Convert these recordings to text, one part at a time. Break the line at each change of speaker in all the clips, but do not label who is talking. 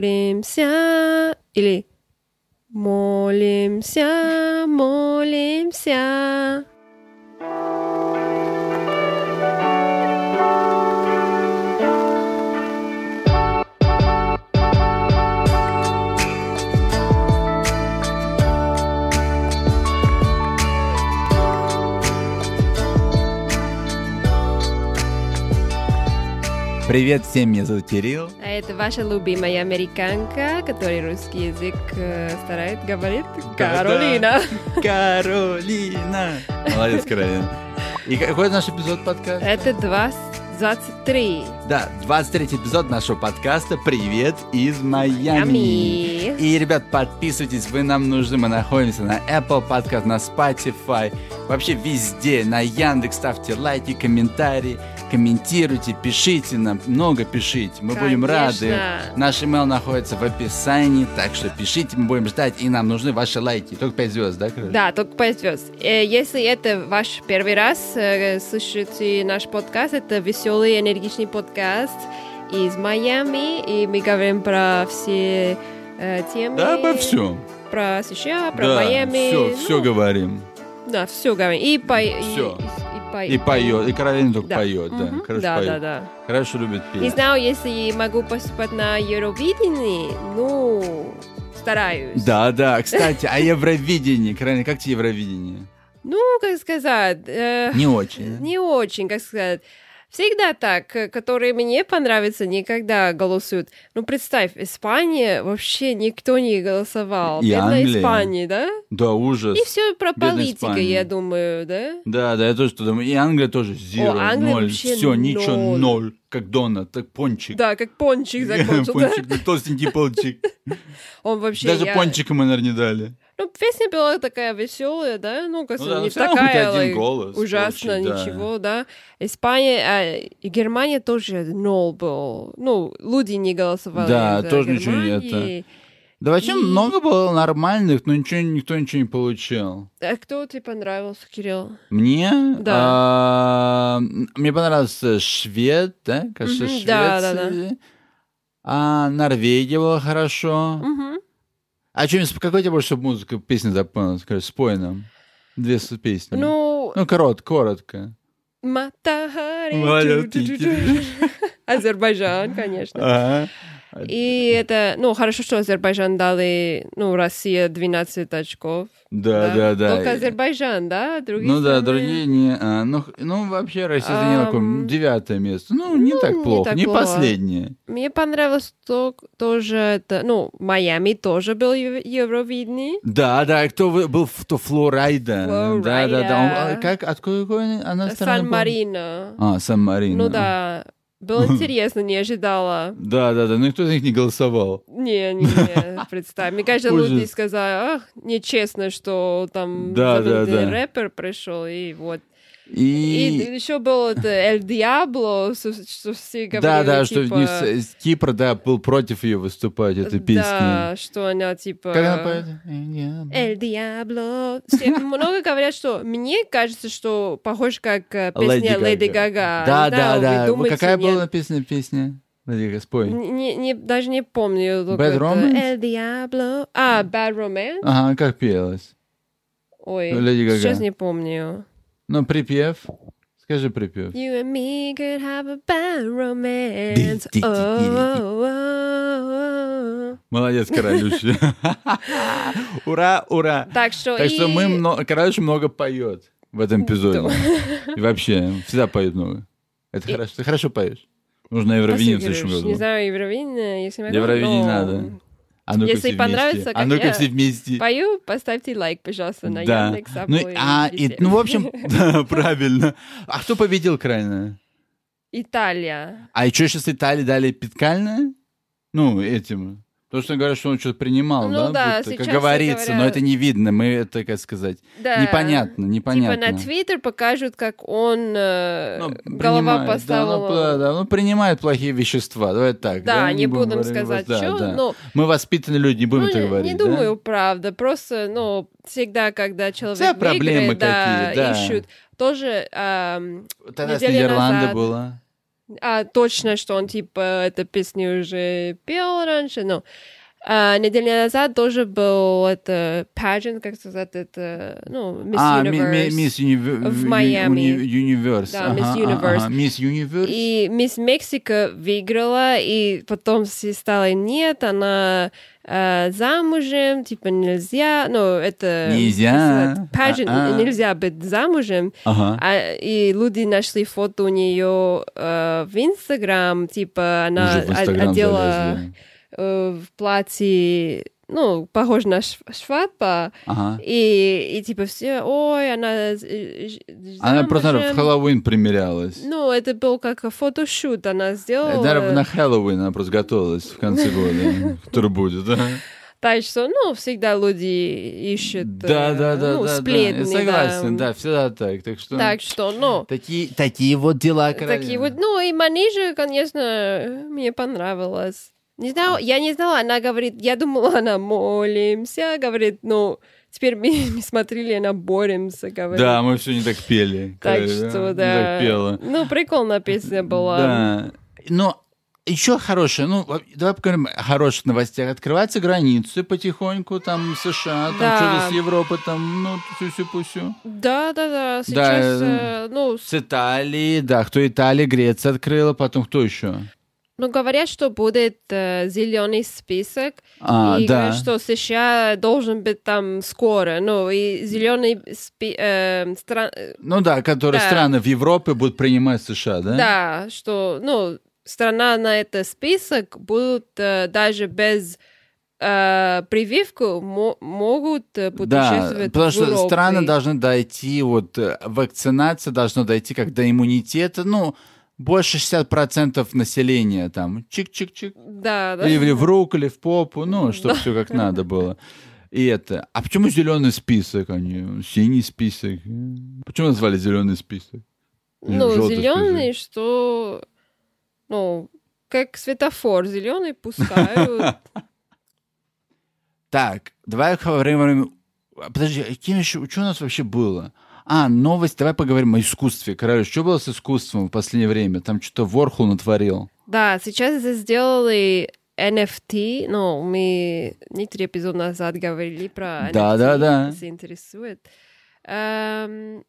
боремся или молимся, молимся.
Привет всем, меня зовут Кирилл.
А это ваша любимая американка, который русский язык э, старает говорит Каролина.
Каролина. Молодец, Каролина. И какой наш эпизод подкаста?
Это 20, 23.
Да, 23 эпизод нашего подкаста «Привет из Майами».
Ями.
И, ребят, подписывайтесь, вы нам нужны. Мы находимся на Apple Podcast, на Spotify, вообще везде, на Яндекс. Ставьте лайки, комментарии, комментируйте, пишите нам, много пишите. Мы будем рады.
Конечно.
Наш email находится в описании, так что пишите, мы будем ждать, и нам нужны ваши лайки. Только 5 звезд, да, Кирилл?
Да, только 5 звезд. Э, Если это ваш первый раз э, слышите наш подкаст, это веселый, энергичный подкаст из Майами, и мы говорим про все э, темы.
Да, обо всем.
Про США, про
да,
Майами.
Все,
ну,
все говорим.
Да, все говорим. И по... и-
Всё.
И, по...
И поет, и Каролина только
Да.
поет, да.
Мгм.
Хорошо
да,
поет.
да, да.
Хорошо любит петь.
Не знаю, если могу поступать на Евровидение, ну, стараюсь.
Да, да. Кстати, о Евровидении. Каролина, как тебе Евровидение?
Ну, как сказать... э,
Не очень.
Не очень, как сказать. Всегда так, э, которые мне понравятся, никогда голосуют. Ну, представь, Испания вообще никто не голосовал.
И
Бедная
Англия.
Испания, да?
Да, ужас.
И все про
Бедная
политику,
Испания.
я думаю, да?
Да, да, я тоже что думаю. И Англия тоже зиро,
Англия
ноль.
вообще
Все, ничего,
ноль.
ноль. Как Донат, так пончик.
Да, как пончик закончил, да?
Пончик, ну, толстенький пончик.
Он вообще...
Даже
я-
пончика мы, наверное, не дали.
Ну, песня была такая веселая, да? Ну, как
Ну
сказать,
да,
не
всё равно хоть
такая
один
like,
голос
ужасно,
получить, да.
ничего, да. Испания, а, и Германия тоже ноль был. Ну, люди не голосовали
Да,
за
тоже ничего не
Германии.
Да вообще
И-
много было нормальных, но ничего, никто ничего не получил.
А кто тебе понравился, Кирилл?
Мне?
Да.
а, мне понравился швед, да? Кажется,
Мгм,
швед.
да, да, да.
А Норвегия была хорошо.
Мгм.
А что, какой тебе больше всего музыка, песня запомнилась? Скажи, спой нам. Две с- песни.
Ну,
ну корот, коротко.
Матахари.
Валя,
тю-тю-тю-тю. Азербайджан, конечно.
Ага.
И это, ну, хорошо, что Азербайджан дали, ну, Россия 12 очков.
Да, да, да.
Только Азербайджан, да? Другие
Ну да,
страны?
другие не. а, ну, х- ну, вообще Россия заняла какое-
Ам,
девятое место. Ну, не
ну,
так
не
плохо,
так
не,
плохо.
последнее.
Мне понравилось то, тоже это, ну, Майами тоже был Ев- Евровидение.
Да, да, и кто вы- был в- то Флорайда. Да, да, да. Он- а
Флорайда.
как, откуда какой она страна была?
Сан-Марино.
А, Сан-Марино.
Ну да, было интересно, не ожидала.
Да, да, да. Ну и кто из них не голосовал?
Не, не, не, представь. Мне кажется,
Ужас.
люди сказали, ах, нечестно, что там
Да, да,
забытый
да.
рэпер пришел, и вот. И,
И...
еще был это Эль Диабло, что, что все говорили,
да, да,
типа,
что э, не с- из Кипра, да, был против ее выступать, этой песни.
Да, что она типа...
Как она поет? Эль
Эль Диабло. Все много говорят, что мне кажется, что похож как э, песня Леди Гага.
Да,
Не знаю,
да,
вы
да. Вот
думаете,
Какая
нет.
была написана песня? Леди Гага, спой.
Н- не- не- даже не помню. только
Bad
это.
Romance?
El Diablo. А, Bad Romance?
Ага, как пелась?
Ой,
Э, Леди Гага.
сейчас не помню.
Ну, припев. Скажи припев.
You and me could have a bad romance.
Ди- ди- ди- ди- ди.
Oh, oh, oh.
Молодец, Королюша. Ура, ура.
Так что
Так
Ну и-
что мы много, Королюша много поет в этом эпизоде. И вообще, всегда поет много. Это
И-
хорошо. Ты хорошо поешь. Нужно Евровидение в
Послушай,
следующем
Кирюш, Не
году.
знаю, Евровидение, если могу,
Евровидение
но-
надо. А ну-ка
Если
все
понравится,
вместе.
как
А ну-ка
я
все вместе.
Пою, поставьте лайк, пожалуйста, на
Да.
Яндекс, Apple
Ну,
и
а, и-
везде.
ну, в общем, да, правильно. А кто победил крайне?
Италия.
А еще сейчас Италии дали питкальное? Ну, этим. То, что говорят, что он что-то принимал,
Ну
да?
да,
будто,
сейчас
как говорится,
говорят-
но это не видно. Мы это, как сказать,
Да.
непонятно, непонятно.
Типа на Твиттер покажут, как он э,
Ну,
голова
принимает,
поставила.
Да, ну, да, да, ну, принимает плохие вещества. Давай так.
Да,
мы
не будем
будем говорить,
сказать,
да,
что,
да.
но
Мы воспитанные люди, не будем
ну,
это
не-
говорить.
не
да?
думаю, правда, просто, ну, всегда, когда человек
Всегда проблемы
выиграет, да,
какие, да.
ищут, тоже, ам,
Тогда с
неделю
Нидерланды
назад.
было.
А, точно, что он, типа, эту песню уже пел раньше, но... А, неделю назад тоже был это pageant, как сказать, это, ну, Miss
а, ми-
Universe.
ми- Мисс Юниверс.
в Майами.
Юниверс.
Да, Мисс Юниверс.
Мисс Юниверс.
И мисс Мексика выиграла, и потом все стало нет, она э, замужем, типа нельзя, ну это
Нельзя. А,
как сказать, pageant,
А-а.
нельзя быть замужем,
Ага.
А, и люди нашли фото у нее э, в Инстаграм, типа она
Уже в
о-
Инстаграм
одела
залезли.
э, в платье, ну похоже на шв- швабра,
Ага.
и, и типа все, ой, она э, ж-
Она просто
замужем».
в Хэллоуин примерялась.
Ну, это был как фотошут, она сделала.
Наверное, Э, на Хэллоуин она просто готовилась в конце года, который будет, да?
Так что, ну, всегда люди ищут э,
Да, да, да,
ну,
да, да.
сплетни.
Я согласен, да, всегда так. Так что
Так что, ну,
такие, такие вот дела,
такие вот, ну, и Манижа, конечно, мне понравилось. Не знала, я не знала, она говорит, я думала, она молимся, говорит, ну, теперь мы не смотрели, на боремся, говорит.
Да, мы все не так пели.
так
короче,
что,
не
да.
так пела.
Ну, прикольная песня была.
Да. Но еще хорошее, ну, во- давай поговорим о хороших новостях. Открываются границы потихоньку, там США, там
Да.
что-то с Европы, там, ну, сю-сю-пусю.
Да, да, да. Сейчас,
Да,
э, ну,
С Италии, да, кто Италия, Греция открыла, потом кто еще?
Ну, говорят, что будет зеленый список,
А,
и
да.
говорят, что США должен быть там скоро. Ну, и зеленый спи- э, стра- э,
Ну да, которые
Да.
страны в Европе будут принимать США, да?
Да, что, ну, страна на этот список будут э, даже без э, прививку мо- могут э,
Да,
путешествовать
потому
в
что
Европе.
страны должны дойти, вот э, вакцинация должна дойти как до иммунитета, ну, больше 60% населения там, чик-чик-чик,
Да, да.
или, или в руку, или в попу, ну, чтобы все как надо было. И это. А почему зеленый список, а не синий список? Почему назвали зеленый список?
Ну,
желтый
зеленый, что, ну, как светофор, зеленый пускают.
Так, давай поговорим... а, Подожди, а каким еще... Что у нас вообще было? А, новость, давай поговорим о искусстве. Короче, что было с искусством в последнее время? Там что-то Ворхол натворил.
Да, сейчас это сделали NFT, но Ну, мы некоторые эпизоды назад говорили про NFT.
Да, да, да.
Если интересует. Эм,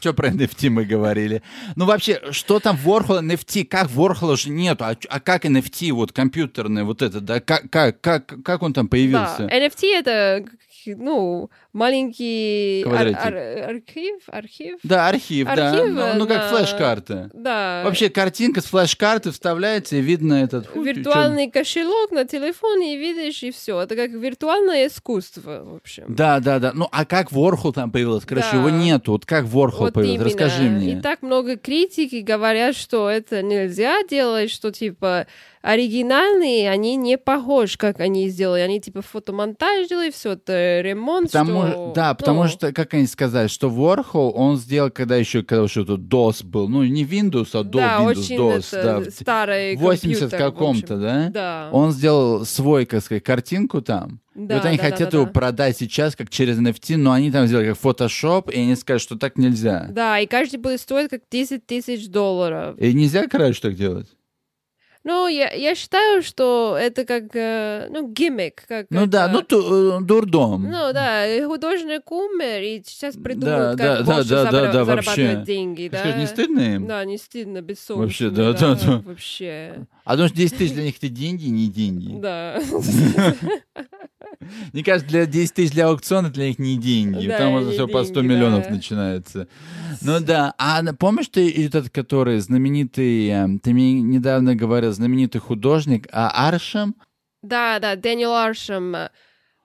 Что про NFT мы говорили? Ну вообще, что там Ворхола, NFT? Как Ворхола же нету? А, чё- а как NFT, вот компьютерное, вот это, да? Как, как, как, как он там
да,
появился?
NFT это ну маленький ар-
Квадратик.
ар- архив, архив.
Да, архив, да.
Архив,
Ну, ну, как
да.
флеш-карта.
Да.
Вообще, картинка с флеш-карты вставляется, и видно этот... фу, чё-
виртуальный кошелек на телефоне и видишь и все. Это как виртуальное искусство, в общем.
Да, да, да. Ну, а как Ворхол там появилось? Короче,
Да.
его нету. Вот как Ворхол
Вот
появился?
именно.
Расскажи мне.
И так много критики говорят, что это нельзя делать, что типа оригинальные, они не похожи, как они сделали. Они типа фотомонтаж делали, все это ремонт.
Потому,
что-
Да, потому
ну,
что, как они сказали, что Ворхол он сделал, когда еще, когда еще тут DOS был. Ну, не Windows, а до
да,
Windows,
очень
DOS.
это э,
да, в
старый
80
компьютер, в
каком-то,
общем.
да?
Да.
Он сделал свой, как сказать, картинку там. и
Да,
вот они
да,
хотят
да,
его
да.
продать сейчас как через NFT, но они там сделали как Photoshop, и они скажут, что так нельзя.
Да, и каждый будет стоить как 10 тысяч долларов.
И нельзя, короче, так делать.
Ну, я, я считаю, что это как, э, ну, гиммик. Как
Ну да,
это-
ну ту- э, дурдом.
Ну да, и художник умер, и сейчас
Да,
придумают,
да,
как
да,
больше
да, да,
забра-
да,
зарабатывать
вообще.
деньги. Да?
Скажешь, не стыдно им?
Да, не стыдно, бессовестно.
Вообще, да, да, да.
Вообще,
А потому что 10 тысяч для них это деньги, не деньги.
да.
Мне кажется, для 10 тысяч для аукциона для них не деньги.
Да,
Там
не
все по 100
деньги,
миллионов
да.
начинается. Ну да. А на- помнишь ты этот, который знаменитый, эм, ты мне недавно говорил, знаменитый художник а, Аршем?
Да, да, э, Дэниел Аршем.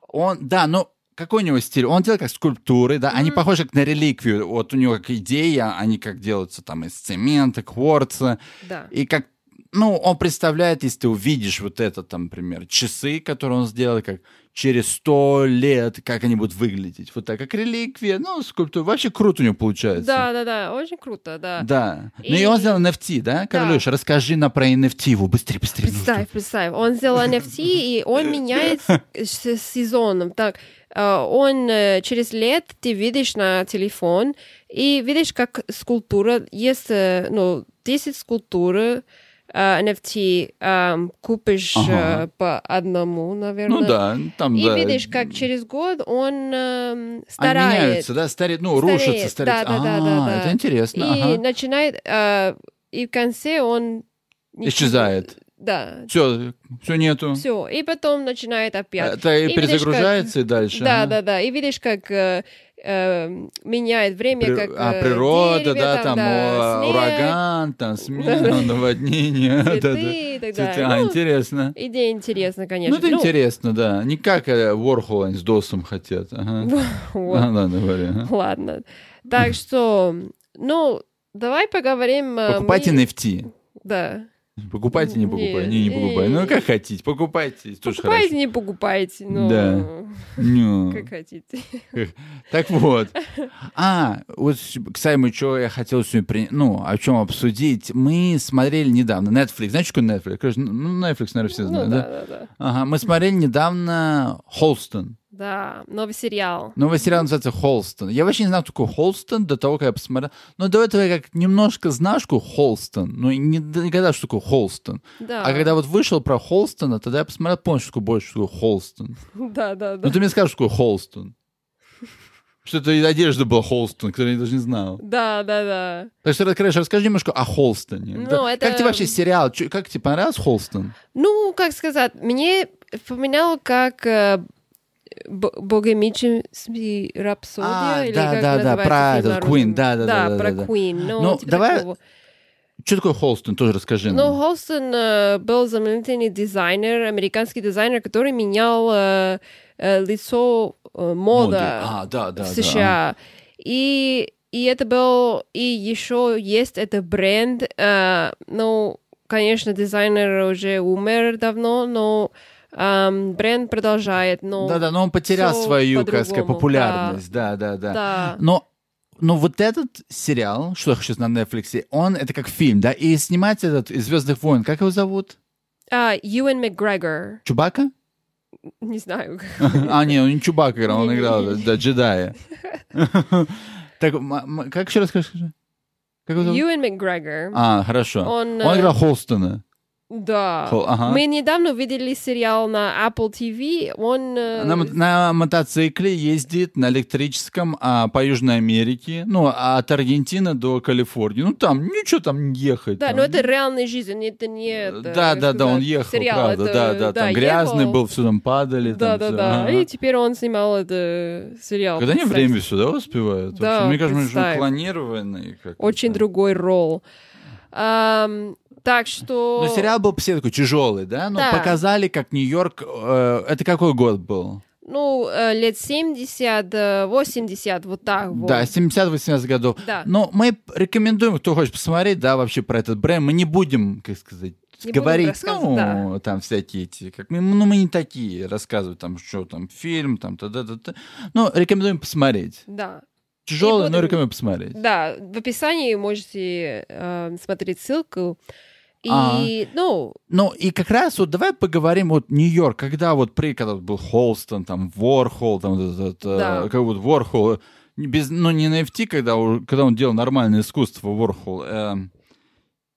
Он, да, ну какой у него стиль? Он делает как скульптуры, да, они
Мгм.
похожи как на реликвию. а Вот у него как идея, они как делаются там из цемента, кворца.
Да.
И как ну, он представляет, если ты увидишь вот это, там, например, часы, которые он сделал, как через сто лет, как они будут выглядеть. Вот так, как реликвия, ну, скульптура. Вообще круто у него получается.
Да, да, да, очень круто, да.
Да. Ну
И-
и он сделал NFT, да? Карлюш, расскажи нам про NFT его. Быстрее, быстрее.
Представь, представь, он сделал NFT, и он меняет с с сезоном. Так, э, он э, через лет ты видишь на телефон и видишь, как скульптура, есть, э, ну, 10 скульптур э, NFT, эм, купишь э,
Ага.
по одному, наверное.
Ну да, там,
И
да.
видишь, как через год он эм,
Они
старает.
меняются, да, стареет, ну,
Стареет,
рушатся, стареет.
да, да, да, да,
А,
да.
это интересно.
И
ага.
начинает, э, и в конце он... ничего-
Исчезает.
Да,
Все, все нету.
все. И потом начинает опять.
Это и
видишь,
перезагружается и дальше.
Да,
ага.
да, да. И видишь, как э, э, меняет время,
При-
как
а,
э,
природа,
дерево,
да, там,
да,
о,
снег,
ураган, там, смена, наводнение. да,
цветы
да.
и так
Цветы,
далее.
а,
Ну,
интересно.
идея интересна,
Ну,
конечно.
это интересно, да. Не как э, Уорхола, они с Досом хотят. Ага.
вот.
А, ладно, говори, ага.
Ладно. Так что, ну, давай поговорим. э,
Покупайте
мы-
NFT.
Да.
Покупайте, не
Нет,
покупайте. Не, не
не-
покупайте. Ну, как хотите. Покупайте. Тоже
покупайте,
хорошо.
не покупайте. Ну,
Да. Ну.
как хотите.
Так вот. А, вот, с- кстати, что я хотел сегодня, при- ну, о чем обсудить. Мы смотрели недавно Netflix. Знаете, что такое Netflix? Короче, Ну, Netflix, наверное, все
Ну,
знают,
да,
да?
да, да.
Ага, мы смотрели недавно Холстон.
Да, новый сериал.
Новый сериал называется Холстон. Я вообще не знал, кто такой Холстон до того, как я посмотрел. Но до этого я как немножко знал, что такое Холстон. Но не, никогда, что такое Холстон.
Да.
А когда вот вышел про Холстона, тогда я посмотрел, понял, что такое больше, что такое Холстон.
Да, да, да.
Ну ты мне скажешь, что такое Холстон. Что это и одежда была Холстон, которую я даже не знал.
Да, да, да.
Так что, короче, расскажи немножко о Холстоне.
Ну,
Да.
это-
Как тебе вообще сериал? Чё- Как тебе понравился Холстон?
Ну, как сказать, мне вспоминал как э, б- богемический рапсодия,
А,
или
да,
как
да, да,
называется
про
фильм
этот
на русском?
Queen, да, да, да, да,
про
да, да.
Queen, ну,
Ну,
типа
давай
такого.
Что такое Холстон? Тоже расскажи
Ну,
нам.
Холстон э, был знаменитый дизайнер, американский дизайнер, который менял э, э, лицо э,
Моды.
мода
А, да, да,
в
да.
США. И, и это был, и еще есть это бренд, э, ну, конечно, дизайнер уже умер давно, но эм, бренд продолжает, но...
Да-да, но он потерял
ну, всё
свою, как сказать,
по-другому,
популярность. Да-да-да.
да.
Но, но вот этот сериал, что сейчас на Netflix, он это как фильм, да? И снимать этот из Звездных войн, как его зовут?
А, Юэн Макгрегор,
Чубака?
не знаю, как-
А, нет, он не Чубака играл, он
Не-не-не.
играл да, да, джедая. Так, м- м- как еще раз скажешь? скажи? Как его зовут?
Юэн Макгрегор,
А, хорошо.
он... э,
Он играл Холстона.
Да.
Хол- ага.
А, Мы недавно видели сериал на Apple TV, он... э,
На, мо- на мотоцикле ездит на электрическом а, по Южной Америке, ну, от Аргентины до Калифорнии. Ну, там ничего там не ехать.
Да,
там
но это реальная жизнь, это не... это,
Да,
как
да, да, он
сказать,
ехал,
сериал,
правда,
это, э,
да, да, там грязный
ехал.
был, все там падали,
Да,
там
да,
всё,
да.
ага.
И теперь он снимал это э, сериал.
Когда они
представь.
время сюда успевают?
Да,
Вообще, мне кажется, мы же
представь.
планированные. какой-то.
Очень другой ролл. Ам, так что...
Но Ну, сериал был все такой тяжелый, да? Но
Да.
показали, как Нью-Йорк... э, это какой год был?
Ну, э, лет 70, э, 80, вот так вот.
Да, Ну. 70-80 годов.
Да.
Но мы рекомендуем, кто хочет посмотреть, да, вообще про этот бренд. Мы не будем, как сказать,
Не будем
говорить,
рассказывать,
ну, там всякие эти, как мы, ну, мы не такие, рассказывать там, что там, фильм, там, та-да-да-да. Но рекомендуем посмотреть.
Да,
Тяжелый, но
будем-
рекомендую посмотреть.
да, в описании можете э, смотреть ссылку. И,
А.
ну,
Ну, и как раз вот давай поговорим, вот Нью-Йорк, когда вот при, когда вот был Холстон, там, Ворхол, там, вот этот, э,
Да.
как вот Ворхол, э, не без, ну, не NFT, когда, у- когда он делал нормальное искусство, Ворхол, эм,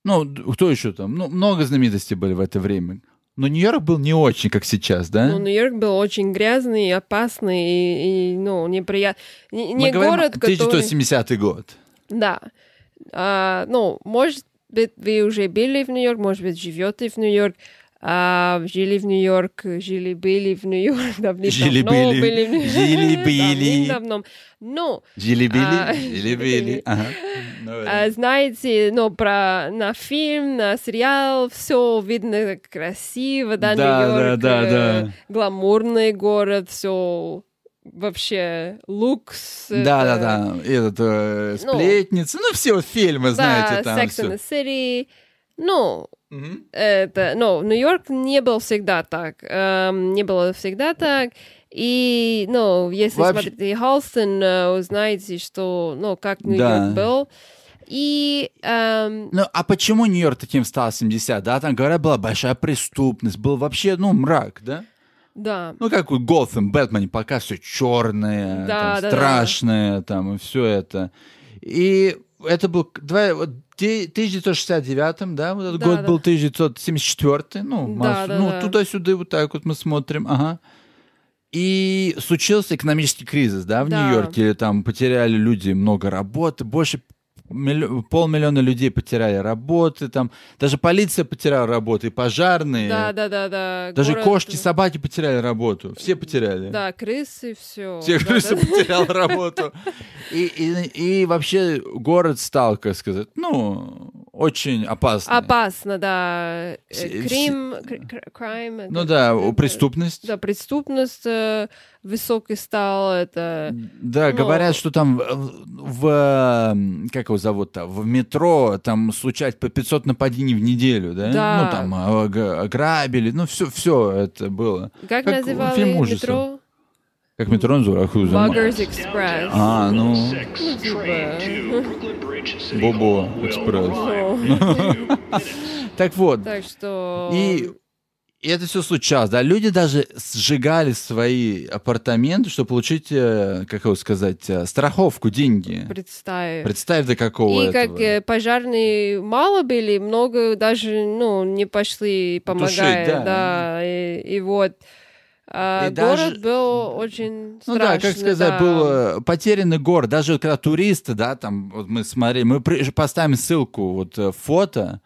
ну, д- кто еще там, ну, много знаменитостей были в это время, но Нью-Йорк был не очень, как сейчас, да?
ну, Нью-Йорк был очень грязный, опасный и, и, ну, неприятный. Не,
Мы
не
говорим
город, который...
1970 год.
Да. А, ну, может быть, вы уже были в Нью-Йорк, может быть, живете в Нью-Йорк, а, жили в Нью-Йорк, жили были в Нью-Йорк, давно
Жили-были,
были в Нью-Йорк.
жили-были.
Давным-давно. Ну, А.
Жили-били, жили-били, ага. Ну,
а,
э,
знаете, ну, про на фильм, на сериал, все видно красиво, да,
Да,
Нью-Йорк,
да, да,
э,
да.
гламурный город, все вообще лукс.
Да, да,
это-
да. Этот э,
ну,
сплетница. Ну, все вот фильмы,
да,
знаете, там.
Sex
всё.
and the City, Ну,
Мгм.
это, ну, Нью-Йорк не был всегда так, эм, не было всегда так, и, ну, если
Вообще-
смотрите Холстон, э, узнаете, что, ну, как Нью-Йорк
Да.
был, и, эм,
Ну, а почему Нью-Йорк таким стал 70 да? Там, говорят, была большая преступность, был вообще, ну, мрак, да?
да,
Ну, как у Готэм, Бэтмен, пока все черное,
Да, да,
там,
да.
страшное, там, и все это. И это был к- два- вот де- 1969, да, вот этот
Да,
год
да.
был 1974, ну,
Да,
массу-
да,
ну,
да.
туда-сюда, вот так вот мы смотрим, ага. И случился экономический кризис, да, в
Да.
Нью-Йорке, там потеряли люди много работы, больше миллио- полмиллиона людей потеряли работы, там даже полиция потеряла работы, и пожарные,
да, да, да, да.
Э, даже
город- э,
кошки, собаки потеряли работу. Все потеряли.
Да, крысы, все.
Все, кто потерял работу. И, и- и вообще город стал, как сказать, ну, очень опасный.
Опасно, да.
Все-
Э, Крим, кр- кр- crime, это-
Ну да, у-
это-
преступность.
Да, преступность э, высокий стал, это...
Да,
Ну.
говорят, что там в, в, м, как его зовут-то, в метро там случать по 500 нападений в неделю, да?
Да.
Ну там а, г- грабили, ну все, все это было.
Как,
Как
называли
фильм ужасов.
метро?
Как метро называют? А Аху, зам-
Buggers Express.
А, ну,
Ну, типа.
Бобо экспресс. Так вот,
Ну, Так что...
И и это все случалось, да. Люди даже сжигали свои апартаменты, чтобы получить, э, как его сказать, э, страховку, деньги.
Представь.
Представь, до какого
И
этого.
как э, пожарные мало были, много даже, ну, не пошли помогать.
да.
да. и, и вот. А,
И
город
даже-
был очень
Ну
страшный.
да, как сказать,
да.
был э, потерянный город. Даже вот когда туристы, да, там, вот мы смотрели, мы при- поставим ссылку, вот э, фото,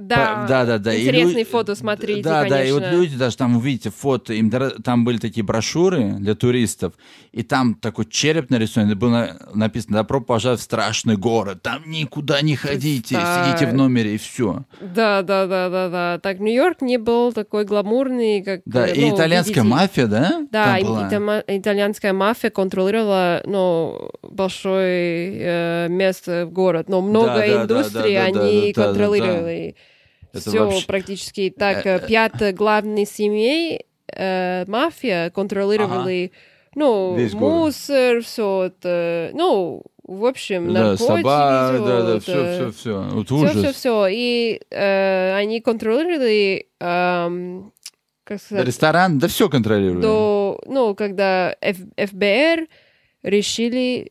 Да,
По- да, да, да. И
Интересные
лю-
фото смотрите,
Да, да, и вот
конечно.
люди даже там увидите фото, им дра- там были такие брошюры для туристов, и там такой череп нарисован, и было на- написано «Добро пожаловать в страшный город, там никуда не ходите,
Представь.
сидите в номере и все».
Да, да, да, да, да. Так Нью-Йорк не был такой гламурный, как...
Да,
э,
и
ну,
итальянская
видите.
мафия, да?
Да,
там
и-
была?
и тама- итальянская мафия контролировала, ну, большое э, место в город, но много
да, да,
индустрий
да, да, да,
они
да, да, да.
контролировали.
Это
Все
вообще-
практически так. э, Пять главных семей э, мафия контролировали, ну,
Весь город.
мусор, все это, ну, в общем,
Да,
наркотики,
собак,
всё э,
да, да,
это.
все, все, все. Вот
Все,
ужас.
все, все. И э, они контролировали, эм, как сказать,
Ресторан, да все контролирует.
до, ну, когда Ф- ФБР решили,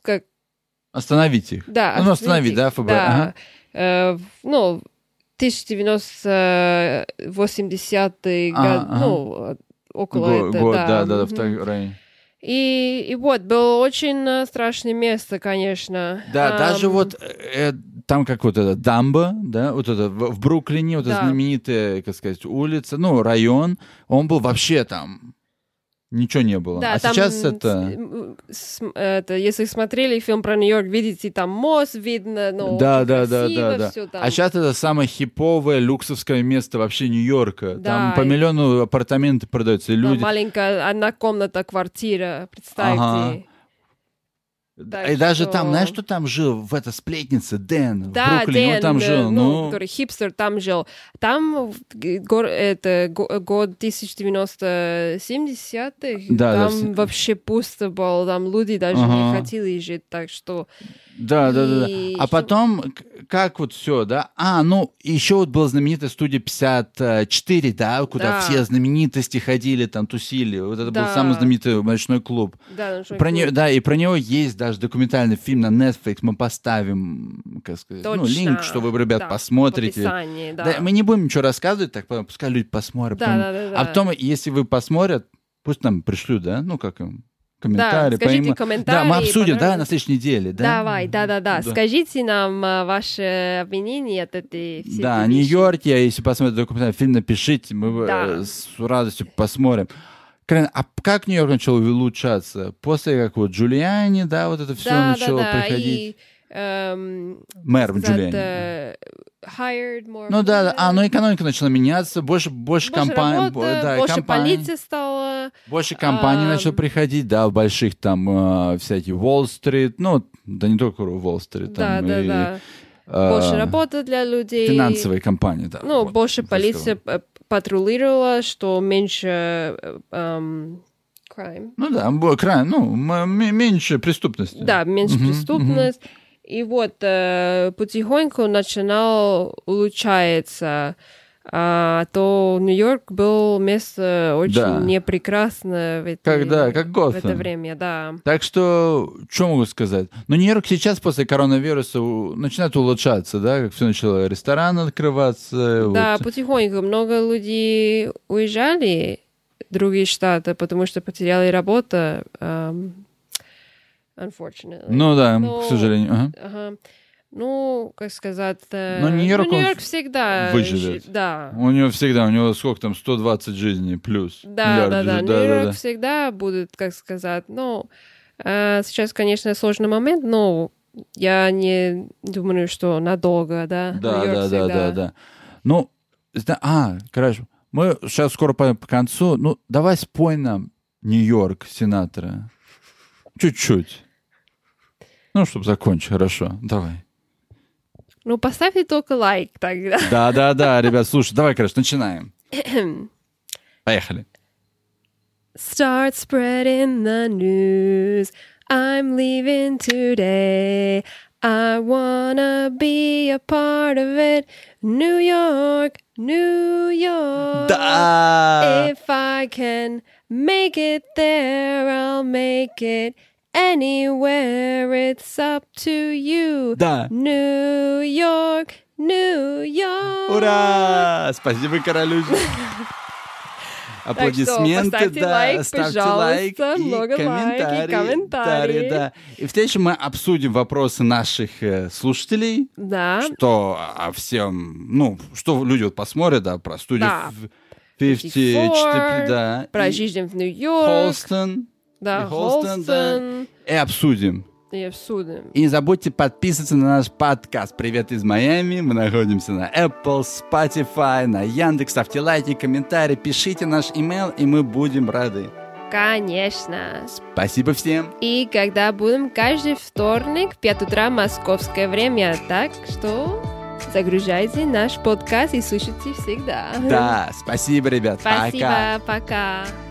как,
Остановить их.
да,
Ну, остановить,
их.
да, ФБР, ага.
Э, в- ну, 1980
А,
год,
ага.
ну, э, около
Го-
это,
год,
да.
да, да, да, в
мгм.
том районе.
и, и вот, было очень э, страшное место, конечно.
Да,
Ам,
даже вот э, э, там как вот это Дамба, да, вот это в, в Бруклине, вот эта
Да.
знаменитая, как сказать, улица, ну, район, он был вообще там. Ничего не было.
Да,
а
там,
сейчас
м, с-
это...
м, с- м, это, Если смотрели фильм про Нью-Йорк, видите, там мост видно, ну,
да,
очень
да, да,
красиво
да, да.
всё там.
А сейчас это самое хиповое, люксовское место вообще Нью-Йорка.
Да,
там по
и-
миллиону апартаменты продаются, и
Там
люди...
маленькая одна комната, квартира, представьте.
Ага.
так
и даже там,
что-
знаешь, кто там жил? В этой сплетнице, Дэн. в
Да,
Бруклине он
Дэн,
там
э,
жил.
ну,
ну,
который хипстер там жил. Там в г- гор- это го- год 1970-х,
Да, да,
там
все-
вообще пусто было, там люди даже не
Ага.
хотели жить, так что
Да, да, да, да.
И
А
ещё-
потом, к- как вот все, да? А, ну, еще вот была знаменитая студия 54, да, куда
Да.
все знаменитости ходили, там тусили. Вот это был
Да.
самый знаменитый ночной клуб.
да, ночной
Про
клуб.
неё- да, и про него есть даже документальный фильм на Netflix. Мы поставим, как сказать, ну,
Точно.
линк, что вы, ребят,
Да,
посмотрите.
В описании, да.
Да, мы не будем ничего рассказывать, так потом пускай люди посмотрят.
Да,
потом-
да, да, да.
А потом, если вы посмотрят, пусть нам пришлют, да, ну как им,
да,
комментарии.
скажите
пойма-
комментарии.
Да, мы обсудим, да,
понравилось.
на следующей неделе, да?
Давай, да-да-да,
Да.
скажите нам а, ваше обвинение от этой всей
Да,
этой вещи.
Нью-Йорке, если посмотрите документальный фильм, напишите, мы э,
Да.
с радостью посмотрим. Карен, а как Нью-Йорк начал улучшаться? После как вот Джулиани, да, вот это все
да,
начало
да, да,
приходить.
И, эм,
Мэр
that,
Джулиани.
uh, hired more
Ну да, да. а, ну
women.
экономика начала меняться, больше,
э, Больше
больше, компаний,
работы,
бо- да,
больше
компаний,
полиции а, стало.
больше компаний
ам.
начало приходить, да, больших там э, всякие Уолл-стрит, ну, да не только Уолл-стрит,
Да,
там
да,
и
да. Больше
э,
работы для людей.
Финансовые компании, да.
Ну,
вот,
больше
я сказал.
полиция э, патрулировала, что меньше э, эм, crime.
Ну да, бо- край, ну, м- м- меньше преступности.
Да, меньше
Мгм,
преступность. И вот э, потихоньку начинал улучшается. А то Нью-Йорк был место очень
Да.
непрекрасное в, эти-
Когда, как
в это
Готэм.
время, да.
Так что, что могу сказать? Ну, Нью-Йорк сейчас после коронавируса у- начинает улучшаться, да, как все начало, рестораны открываться.
Да,
вот.
потихоньку много людей уезжали в другие штаты, потому что потеряли работу. эм, unfortunately.
Ну да,
Но-
к сожалению. ага.
Ага. Ну, как сказать... э,
Но Нью-Йорк, он
Нью-Йорк всегда...
выживет.
жи- Да.
У него всегда, у него сколько там, 120 жизней плюс.
Да,
Миллиард
да, Ну, да.
жизней,
Нью-Йорк всегда будет, как сказать, ну, э, сейчас, конечно, сложный момент, но я не думаю, что надолго, да.
Да,
Нью-Йорк
да, да, да,
всегда.
да. Ну, зна- а, короче, мы сейчас скоро по, по концу. Ну, давай спой нам Нью-Йорк Синатора. Чуть-чуть. Ну, чтобы закончить, хорошо. Давай.
Ну, поставьте только лайк тогда.
Да, да, да, ребят, слушай, давай, короче, начинаем. Поехали.
Start spreading the news. I'm leaving today. I wanna be a part of it. New York, New York.
Да!
If I can make it there, I'll make it anywhere. It's up to you.
Да!
New York, New York.
Ура! Спасибо, королю.
Так что
Аплодисменты,
поставьте
да,
лайк,
ставьте
пожалуйста,
лайк и
много лайки,
комментарии,
комментарии.
дари, да. И в следующем мы обсудим вопросы наших э, слушателей,
Да.
что о всем, ну, что люди вот посмотрят, да, про студию
Да.
в- 54,
54,
да,
Про
и
жизнь в Нью-Йорк.
Холстон,
Да,
И Холстон, да.
Холстон.
и обсудим.
И обсудим.
И не забудьте подписываться на наш подкаст «Привет из Майами». Мы находимся на Apple, Spotify, на Яндекс. Ставьте лайки, комментарии, пишите наш имейл, и мы будем рады.
Конечно.
Спасибо всем.
И когда будем каждый вторник в 5 утра московское время, так что загружайте наш подкаст и слушайте всегда.
Да, спасибо, ребят. Пока.
Спасибо, пока.